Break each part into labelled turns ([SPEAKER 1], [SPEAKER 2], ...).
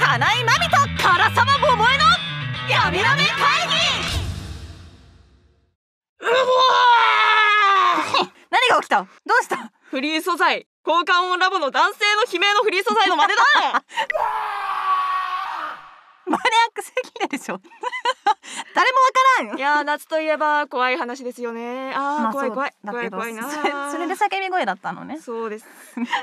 [SPEAKER 1] 金井真美と唐沢桃江のやめやめ会議
[SPEAKER 2] うわー
[SPEAKER 1] 何が起きたどうした
[SPEAKER 2] フリー素材交換音ラボの男性の悲鳴のフリー素材の真似だ
[SPEAKER 1] マニアックすぎるでしょ 誰もわからん
[SPEAKER 2] いやー夏といえば怖い話ですよねあー、
[SPEAKER 1] まあ
[SPEAKER 2] 怖い怖い
[SPEAKER 1] そうだ
[SPEAKER 2] 怖
[SPEAKER 1] け
[SPEAKER 2] い
[SPEAKER 1] ど
[SPEAKER 2] 怖いな
[SPEAKER 1] それそれで叫び声だったのね
[SPEAKER 2] そうです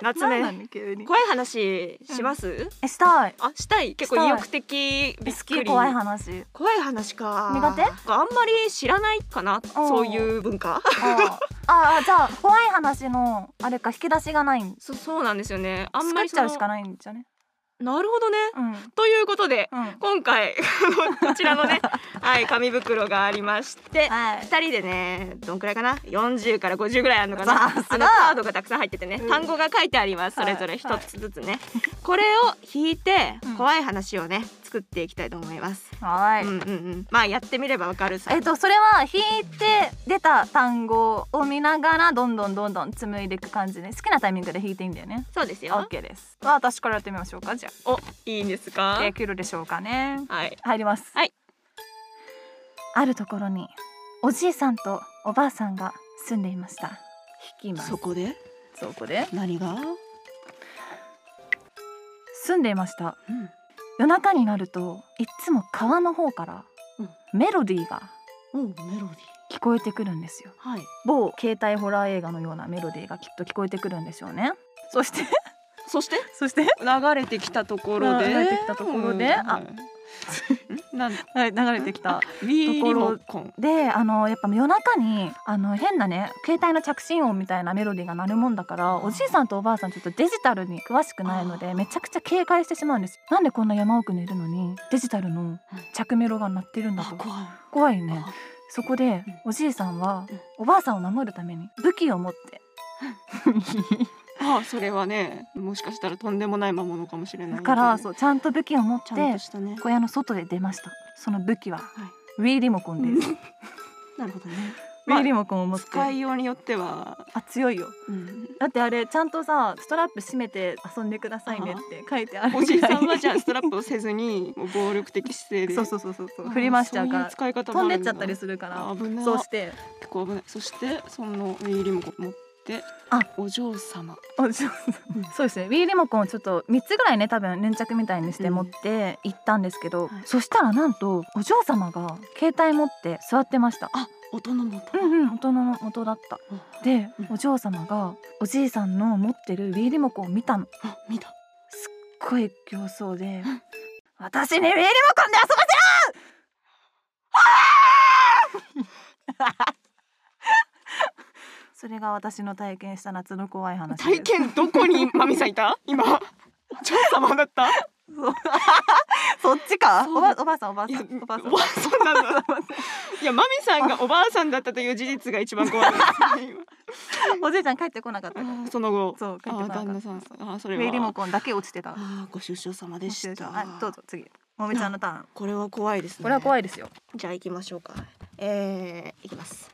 [SPEAKER 2] 夏
[SPEAKER 1] 何な
[SPEAKER 2] ね
[SPEAKER 1] んだ急に
[SPEAKER 2] 怖い話します、
[SPEAKER 1] えしたい
[SPEAKER 2] あしたい結
[SPEAKER 1] した
[SPEAKER 2] 構
[SPEAKER 1] い
[SPEAKER 2] 意欲的びっ
[SPEAKER 1] 好
[SPEAKER 2] くり
[SPEAKER 1] き怖い話
[SPEAKER 2] 怖い話か
[SPEAKER 1] 苦手
[SPEAKER 2] あんまり知らないかなそういう文
[SPEAKER 1] あ
[SPEAKER 2] 化
[SPEAKER 1] ーあーじゃあ怖い話のあれか引き出しがないん
[SPEAKER 2] そそうなんですよねあんま
[SPEAKER 1] 作っ
[SPEAKER 2] り
[SPEAKER 1] ちゃうしか
[SPEAKER 2] ない
[SPEAKER 1] ないんじゃね
[SPEAKER 2] なるほどね
[SPEAKER 1] うん
[SPEAKER 2] ということで
[SPEAKER 1] うん
[SPEAKER 2] 今回 こちらのね はい紙袋がありまして
[SPEAKER 1] はい
[SPEAKER 2] 二人でねどんくらいかな40から50ぐらいあるのか
[SPEAKER 1] わ
[SPEAKER 2] な
[SPEAKER 1] あすご
[SPEAKER 2] あ
[SPEAKER 1] い
[SPEAKER 2] のカードがたくさん入っててね、
[SPEAKER 1] うん
[SPEAKER 2] 単語が書いてありますそれぞれ一つずつね、これを引いて
[SPEAKER 1] うん
[SPEAKER 2] 怖い話をね作っていきたいと思います、
[SPEAKER 1] はい、
[SPEAKER 2] うんうんうんまあやってみればわかるさ
[SPEAKER 1] えっとそれは引いて出た単語を見ながらどんどんどんどん紡いでいく感じで好きなタイミングで引いていいんだよね
[SPEAKER 2] そうですよ
[SPEAKER 1] OK ですあ私からやってみましょうかじゃ
[SPEAKER 2] おいいんです
[SPEAKER 1] あ
[SPEAKER 2] か
[SPEAKER 1] できるでしょうかね
[SPEAKER 2] はい
[SPEAKER 1] 入ります
[SPEAKER 2] はい
[SPEAKER 1] あるところにおじいさんとおばあさんが住んでいました引きます
[SPEAKER 2] こで
[SPEAKER 1] そこで
[SPEAKER 2] 何が、
[SPEAKER 1] 住んでいました
[SPEAKER 2] うん、
[SPEAKER 1] 夜中になるといつも川の方から
[SPEAKER 2] うん
[SPEAKER 1] メロディーが
[SPEAKER 2] おメロディー
[SPEAKER 1] 聞こえてくるんですよ
[SPEAKER 2] はい
[SPEAKER 1] 某携帯ホラー映画のようなメロディーがきっと聞こえてくるんでしょうねそして
[SPEAKER 2] そして
[SPEAKER 1] そして
[SPEAKER 2] 流れてきたとこ
[SPEAKER 1] ろで流れてきたところであ
[SPEAKER 2] なんと
[SPEAKER 1] はい流れてきた
[SPEAKER 2] ビ
[SPEAKER 1] ーリモ
[SPEAKER 2] コン
[SPEAKER 1] であのやっぱ夜中にあの変なね携帯の着信音みたいなメロディーが鳴るもんだからおじいさんとおばあさんちょっとデジタルに詳しくないの
[SPEAKER 2] あ
[SPEAKER 1] で
[SPEAKER 2] ー
[SPEAKER 1] めちゃくちゃ警戒してしまうんですなんでこんな山奥にいるのにデジタルの着メロが鳴ってるんだ
[SPEAKER 2] あ
[SPEAKER 1] と
[SPEAKER 2] 怖い
[SPEAKER 1] 怖いよねそこで
[SPEAKER 2] う
[SPEAKER 1] おじいさんは
[SPEAKER 2] うん
[SPEAKER 1] おばあさんを守るために武器を持って
[SPEAKER 2] ああそれはねもしかしたらとんでもない魔物かもしれない
[SPEAKER 1] だから
[SPEAKER 2] う
[SPEAKER 1] そうちゃんと武器を持っ
[SPEAKER 2] ちゃんと
[SPEAKER 1] て
[SPEAKER 2] したね
[SPEAKER 1] 小屋の外で出ましたその武器は、
[SPEAKER 2] は
[SPEAKER 1] ウィーリモコンです、ウ
[SPEAKER 2] なるほどね
[SPEAKER 1] ィーリモコンを持って
[SPEAKER 2] 使いようによっては、
[SPEAKER 1] あ強いよ
[SPEAKER 2] うん、
[SPEAKER 1] だってあれちゃんとさストラップ締めて遊んでくださいねって書いてある
[SPEAKER 2] おじいさんは
[SPEAKER 1] は
[SPEAKER 2] じゃあストラップをせずにもう暴力的姿勢 で
[SPEAKER 1] そうそうそうそうそう
[SPEAKER 2] あ
[SPEAKER 1] 振り回しちゃうか
[SPEAKER 2] そうい
[SPEAKER 1] ら
[SPEAKER 2] 使い方
[SPEAKER 1] 飛んでっちゃったり
[SPEAKER 2] す
[SPEAKER 1] するから
[SPEAKER 2] 危ない
[SPEAKER 1] そうして
[SPEAKER 2] 結構危ないそしてそのウィーリモコン持って
[SPEAKER 1] あ
[SPEAKER 2] お嬢様
[SPEAKER 1] おじいさん
[SPEAKER 2] うん
[SPEAKER 1] そうですねウィーリモコンをちょっと3つぐらいね多分粘着みたいにして
[SPEAKER 2] うん
[SPEAKER 1] 持って行ったんですけど、
[SPEAKER 2] はい
[SPEAKER 1] そしたらなんとお嬢様が携帯持って座ってました
[SPEAKER 2] あ音の元
[SPEAKER 1] うんうん大人の元だったで
[SPEAKER 2] うん
[SPEAKER 1] お嬢様がおじいさんの持ってるウィーリモコンを見たの
[SPEAKER 2] あ見た
[SPEAKER 1] すっごい競争で「私にウィーリモコンで遊ばせ ろ!」それが私の体験した夏の怖い話です
[SPEAKER 2] 体験どこにマミさんいた今お嬢様だった
[SPEAKER 1] そう そっちか
[SPEAKER 2] そう
[SPEAKER 1] おばおばあさんおばあ
[SPEAKER 2] い
[SPEAKER 1] さ
[SPEAKER 2] や
[SPEAKER 1] んおばあさん
[SPEAKER 2] おばあさんなんだいやマミさんがおばあさんだったという事実が一番 怖いですね
[SPEAKER 1] おじいちゃん帰ってこなかったから
[SPEAKER 2] 今その後
[SPEAKER 1] そう帰ってこ
[SPEAKER 2] ああ
[SPEAKER 1] なかっ
[SPEAKER 2] 旦
[SPEAKER 1] た
[SPEAKER 2] 那さんああそ
[SPEAKER 1] ウ
[SPEAKER 2] れ
[SPEAKER 1] ィーリモ
[SPEAKER 2] は
[SPEAKER 1] コンだけ落ちてた
[SPEAKER 2] ああご出生様でした
[SPEAKER 1] あどうぞ次もめちゃんのターン
[SPEAKER 2] これは怖いですね
[SPEAKER 1] これはい怖いですよ
[SPEAKER 2] じゃあ行きましょうかえー、行きます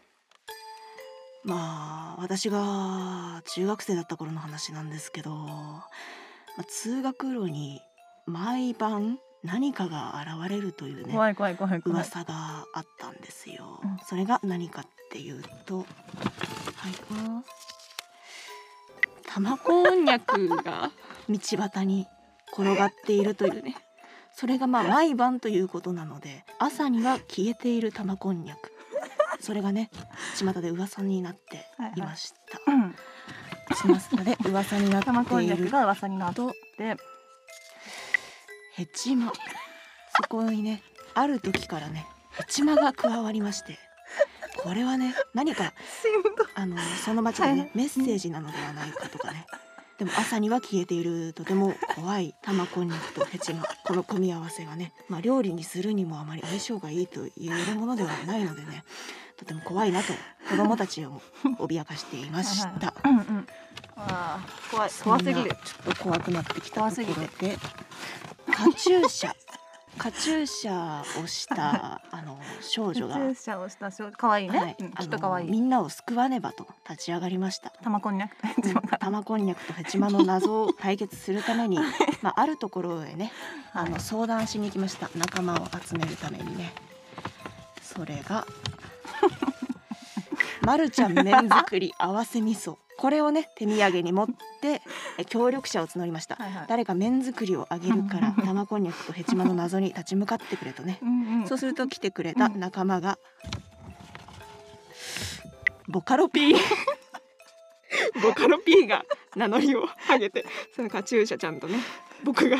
[SPEAKER 2] まあ私が中学生だった頃の話なんですけど、まあ、通学路に毎晩何かが現れるというね
[SPEAKER 1] 怖い怖い怖い怖い
[SPEAKER 2] 噂があったんですよ、
[SPEAKER 1] うん
[SPEAKER 2] それが何かっていうとはい玉こんにゃくが 道端に転がっているというねそれが まあ毎晩ということなので朝には消えている玉こんにゃくそれが ね巷で噂になっていました、
[SPEAKER 1] うん
[SPEAKER 2] 巷で噂にな
[SPEAKER 1] 玉
[SPEAKER 2] っ
[SPEAKER 1] こ
[SPEAKER 2] て
[SPEAKER 1] ん
[SPEAKER 2] い
[SPEAKER 1] にゃく
[SPEAKER 2] る
[SPEAKER 1] が噂になっ
[SPEAKER 2] と
[SPEAKER 1] て
[SPEAKER 2] ヘチマそこにねある時からねヘチマが加わりましてこれはね何か
[SPEAKER 1] しんど
[SPEAKER 2] あのその町の
[SPEAKER 1] はい
[SPEAKER 2] ねメッセージなのではないかとかねでも朝には消えているとても怖い玉こんにゃくとヘチマこの組み合わせがね、まあ、料理にするにもあまり相性がいいと言えるものではないのでねとても怖いなと子供たちをも脅かしていました。
[SPEAKER 1] うんうんあー怖い怖すぎ
[SPEAKER 2] そん
[SPEAKER 1] る
[SPEAKER 2] なちょっと怖くなってきた
[SPEAKER 1] 怖
[SPEAKER 2] と
[SPEAKER 1] す
[SPEAKER 2] こ
[SPEAKER 1] ぎ
[SPEAKER 2] ろ
[SPEAKER 1] て
[SPEAKER 2] でカチューシャカチューシャをした あの少女が、
[SPEAKER 1] 注射をした少女可愛いね、
[SPEAKER 2] はい
[SPEAKER 1] うん
[SPEAKER 2] あ
[SPEAKER 1] きっと可
[SPEAKER 2] の
[SPEAKER 1] 愛い
[SPEAKER 2] みんなを救わねばと立ち上がりました。
[SPEAKER 1] 玉こんにゃくと一番 から
[SPEAKER 2] 玉こんにゃくとヘチマの謎を解決するために、まあ、あるところへねあ
[SPEAKER 1] はい
[SPEAKER 2] の相談しに行きました仲間を集めるためにねそれが まるちゃん麺作り合わせ味噌これをね手土産に持ってえ協力者を募りました、
[SPEAKER 1] はいはい
[SPEAKER 2] 誰か麺作りをあげる から玉こんにゃくとヘチマの謎に立ち向かってくれとね
[SPEAKER 1] うんうん
[SPEAKER 2] そうすると来てくれた仲間が、ボカロ P ボカロ P が名乗りを上げてそのカチューシャちゃんとね僕が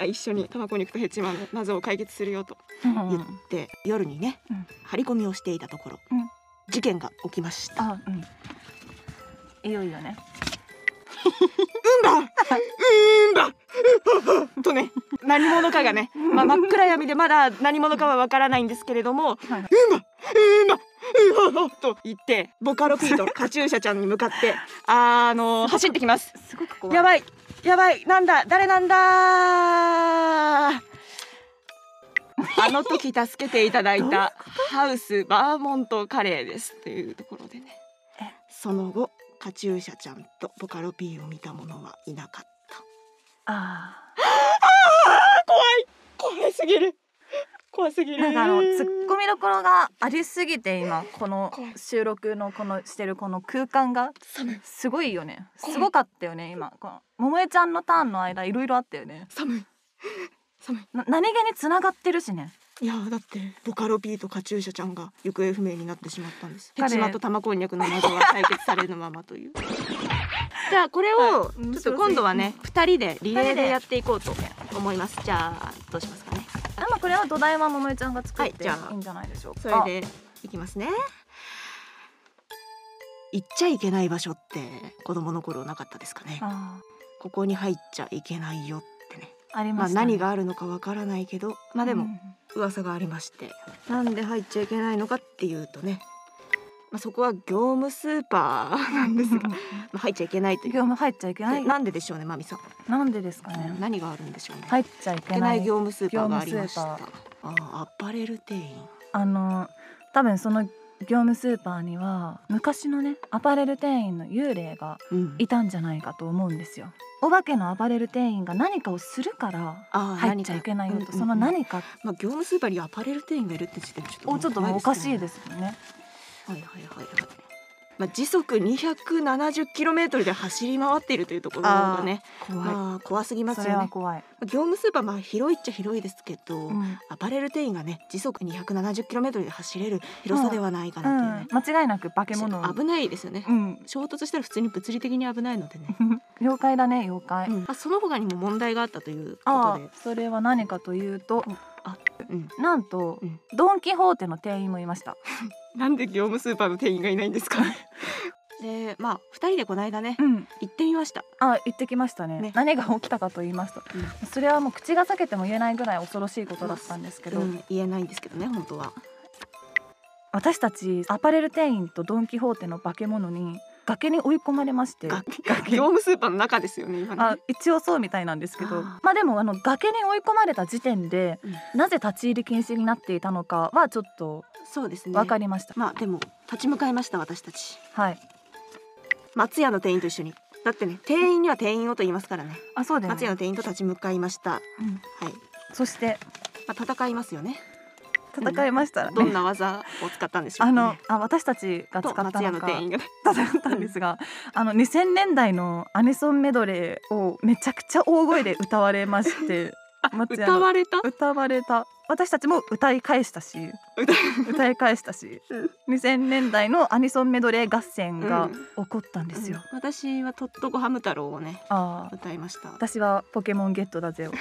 [SPEAKER 2] あ一緒にタマコ肉とヘチマの謎を解決するよと
[SPEAKER 1] うんう
[SPEAKER 2] 言っ
[SPEAKER 1] ん
[SPEAKER 2] て、夜にね、
[SPEAKER 1] うん
[SPEAKER 2] 張り込みをしていたところ、
[SPEAKER 1] うん
[SPEAKER 2] 事件が起きました
[SPEAKER 1] あうんいよいよね
[SPEAKER 2] うんだうーんだうっはっはとね何者かがね、まあ、真っ暗闇でまだ何者かはわからないんですけれども「うん
[SPEAKER 1] はい
[SPEAKER 2] だうんだうんだ」と言ってボカロ P とカチューシャちゃんに向かってあの走ってきます。
[SPEAKER 1] すごく怖い
[SPEAKER 2] やばいやばいなんだ誰なんだあの時助けていただいたハウスバーモントカレーですっていうところでね
[SPEAKER 1] え
[SPEAKER 2] その後カチューシャちゃんとボカロ P を見た者はいなかった
[SPEAKER 1] あ
[SPEAKER 2] 怖い怖いすぎる怖すぎ
[SPEAKER 1] ーなんかあの突っ込みどころがありすぎて今この
[SPEAKER 2] 怖い
[SPEAKER 1] 収録のこのしてるこの空間が
[SPEAKER 2] 寒い
[SPEAKER 1] すごいよね
[SPEAKER 2] 怖い
[SPEAKER 1] すごかったよね今この桃江ちゃんのターンの間いろいろあったよね
[SPEAKER 2] 寒い寒い
[SPEAKER 1] な何気に繋がってるしね
[SPEAKER 2] いやーだってボカロ P とカチューシャちゃんが行方不明になってしまったんです。ヘ
[SPEAKER 1] 彼
[SPEAKER 2] チマと玉こんにゃくの謎は解決されるままという。 じゃあこれ
[SPEAKER 1] は
[SPEAKER 2] を
[SPEAKER 1] いうん
[SPEAKER 2] ちょっと今度はね二人でリレ
[SPEAKER 1] 二人
[SPEAKER 2] ーで
[SPEAKER 1] で
[SPEAKER 2] やっていこうと思います。じゃあどうしますかね。
[SPEAKER 1] でもこれは土台は桃江ちゃんが作ってい
[SPEAKER 2] はいじゃあ
[SPEAKER 1] いんじゃないでしょうか
[SPEAKER 2] それでいきますね。行っちゃいけない場所って子供の頃なかったですかね。
[SPEAKER 1] あ
[SPEAKER 2] ここに入っちゃいけないよってね。
[SPEAKER 1] ーあり
[SPEAKER 2] ま
[SPEAKER 1] ま
[SPEAKER 2] あ
[SPEAKER 1] したね、
[SPEAKER 2] 何があるのかわからないけど、まあでも噂がありましてなんで入っちゃいけないのかっていうとね、まあ、そこは業務スーパーなん
[SPEAKER 1] う
[SPEAKER 2] で
[SPEAKER 1] ん
[SPEAKER 2] すが、まあ、入っちゃいけないとい
[SPEAKER 1] 業
[SPEAKER 2] う
[SPEAKER 1] 務入っちゃいけない
[SPEAKER 2] なんででしょうねマミさん、
[SPEAKER 1] なんでですかね
[SPEAKER 2] 何があるんでしょうね、い
[SPEAKER 1] 入っちゃいけ
[SPEAKER 2] け
[SPEAKER 1] な
[SPEAKER 2] ないい業務スーパーがありました
[SPEAKER 1] 業
[SPEAKER 2] ああアパレル店員
[SPEAKER 1] あの多分その業務スーパーには昔のねアパレル店員の幽霊が
[SPEAKER 2] うん
[SPEAKER 1] いたんじゃないかと思うんですよお化けのアパレル店員が何かをするから
[SPEAKER 2] ああ
[SPEAKER 1] 入っちゃいけないよ
[SPEAKER 2] 何
[SPEAKER 1] と
[SPEAKER 2] か
[SPEAKER 1] その
[SPEAKER 2] うんうん
[SPEAKER 1] 何か
[SPEAKER 2] まあ、業務スーパーにアパレル店員がいるって時点でちょっと
[SPEAKER 1] をちょっともうおかしいですすよね
[SPEAKER 2] よねはいはいはいはいまあ、時速270キロメートルで走り回っているというところがね、
[SPEAKER 1] 怖
[SPEAKER 2] まあ、怖すぎ
[SPEAKER 1] い
[SPEAKER 2] ま
[SPEAKER 1] そ
[SPEAKER 2] す
[SPEAKER 1] れ
[SPEAKER 2] よ
[SPEAKER 1] は
[SPEAKER 2] ね。
[SPEAKER 1] 怖い、
[SPEAKER 2] 業務スーパーまあ広いっちゃ広いですけど、
[SPEAKER 1] うん
[SPEAKER 2] アパレル店員がね時速 270km で走れる広さではないかなっていうね、
[SPEAKER 1] 間違いなく化け物
[SPEAKER 2] 危ないですよね、
[SPEAKER 1] うん
[SPEAKER 2] 衝突したら普通に物理的に危ないのでね、
[SPEAKER 1] 妖怪だね妖怪、
[SPEAKER 2] うんあその他にも問題があったということ
[SPEAKER 1] あ
[SPEAKER 2] で
[SPEAKER 1] あそれは何かというと
[SPEAKER 2] うん
[SPEAKER 1] なんと、
[SPEAKER 2] うん
[SPEAKER 1] ドン・キホーテの店員もいました
[SPEAKER 2] なんで業務スーパーの店員がいないんですか でまあ2人でこの間ね
[SPEAKER 1] うん
[SPEAKER 2] 行ってみました
[SPEAKER 1] あ行ってきましたね
[SPEAKER 2] ね
[SPEAKER 1] 何が起きたかと言いますと、それはもう口が裂けても言えないぐらい恐ろしいことだったんですけど、
[SPEAKER 2] うん言えないんですけどね本当は
[SPEAKER 1] 私たちアパレル店員とドン・キホーテの化け物に崖に追い込まれまして
[SPEAKER 2] が
[SPEAKER 1] 崖
[SPEAKER 2] 務スーパーの中ですよね今
[SPEAKER 1] あ一応そうみたいなんですけど
[SPEAKER 2] あ
[SPEAKER 1] まあでもあの崖に追い込まれた時点で、
[SPEAKER 2] う
[SPEAKER 1] なぜ立ち入り禁止になっていたのかはちょっと
[SPEAKER 2] そうですね
[SPEAKER 1] 分かりました、
[SPEAKER 2] まあでも立ち向かいました私たち
[SPEAKER 1] はい
[SPEAKER 2] 松屋の店員と一緒にだってね店員には店員をと言いますからね
[SPEAKER 1] あそうだよ
[SPEAKER 2] 松屋
[SPEAKER 1] ね、
[SPEAKER 2] の店員と立ち向かいましたはい、
[SPEAKER 1] うん
[SPEAKER 2] ま
[SPEAKER 1] そして
[SPEAKER 2] あ、戦いますよね
[SPEAKER 1] 戦いましたらね、
[SPEAKER 2] どんな技を使ったんでしょう
[SPEAKER 1] あ
[SPEAKER 2] か、ね、
[SPEAKER 1] のあ私たちが使
[SPEAKER 2] と
[SPEAKER 1] ったのか
[SPEAKER 2] 松屋の店員がね
[SPEAKER 1] 戦ったんですが、あの2000年代のアニソンメドレーをめちゃくちゃ大声で歌われまして 松屋の
[SPEAKER 2] 歌われた
[SPEAKER 1] 歌われた私たちも歌い返したし
[SPEAKER 2] 歌
[SPEAKER 1] 歌い返したし2000年代のアニソンメドレー合戦が起こったんですよ、
[SPEAKER 2] 私はとっとこハム太郎をね
[SPEAKER 1] ああ
[SPEAKER 2] 歌いました
[SPEAKER 1] 私はポケモンゲットだぜを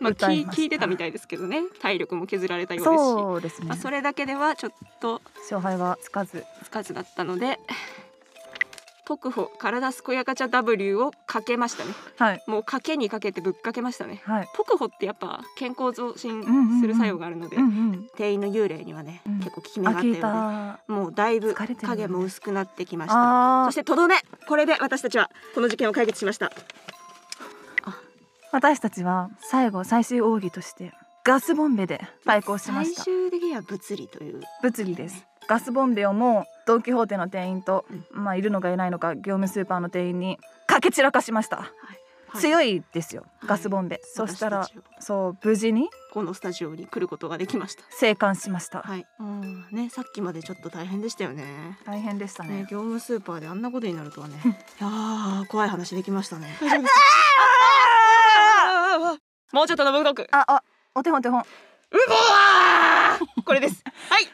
[SPEAKER 2] まあ
[SPEAKER 1] 歌い
[SPEAKER 2] 聞
[SPEAKER 1] ました
[SPEAKER 2] 聞いてたみたいですけどね体力も削られたようですし
[SPEAKER 1] そうですね
[SPEAKER 2] まあ、それだけではちょっと
[SPEAKER 1] 勝敗はつかず
[SPEAKER 2] つかずだったので特保体健やかちゃ W をかけましたね
[SPEAKER 1] はい
[SPEAKER 2] もうかけにかけてぶっかけましたね
[SPEAKER 1] はい
[SPEAKER 2] 特保ってやっぱ健康増進
[SPEAKER 1] うんうんうん
[SPEAKER 2] する作用があるので、
[SPEAKER 1] うんうん
[SPEAKER 2] 店員の幽霊にはね、
[SPEAKER 1] うん
[SPEAKER 2] 結構効き目
[SPEAKER 1] あ
[SPEAKER 2] があった
[SPEAKER 1] 聞
[SPEAKER 2] よう
[SPEAKER 1] い
[SPEAKER 2] で
[SPEAKER 1] た
[SPEAKER 2] もうだいぶ
[SPEAKER 1] 疲れてるね
[SPEAKER 2] 影も薄くなってきました
[SPEAKER 1] あ
[SPEAKER 2] そしてとどめこれで私たちはこの事件を解決しましたあ
[SPEAKER 1] 私たちは最後最終奥義としてガスボンベで対抗しま
[SPEAKER 2] 最
[SPEAKER 1] した
[SPEAKER 2] 終的には物理という
[SPEAKER 1] 物理ですガスボンベをもうドン・キホーテの店員と、まあいるのかいないのか業務スーパーの店員にかけ散らかしました、強
[SPEAKER 2] い
[SPEAKER 1] いですよ
[SPEAKER 2] はい
[SPEAKER 1] ガスボンベ、そしたら
[SPEAKER 2] 私たちを
[SPEAKER 1] そう無事に
[SPEAKER 2] このスタジオに来ることができました
[SPEAKER 1] 生還しました、
[SPEAKER 2] はいうんねさっきまでちょっと大変でしたよね
[SPEAKER 1] 大変でした
[SPEAKER 2] ね
[SPEAKER 1] ね
[SPEAKER 2] 業務スーパーであんなことになるとはねいやー怖い話できましたね大丈夫ですか もうちょっとの文学
[SPEAKER 1] ああお手本お手本
[SPEAKER 2] うごわーこれですはい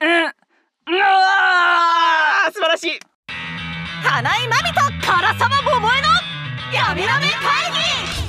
[SPEAKER 1] うんう
[SPEAKER 2] あー素晴らしい
[SPEAKER 1] 花井真美と唐沢桃江のやめらめ会議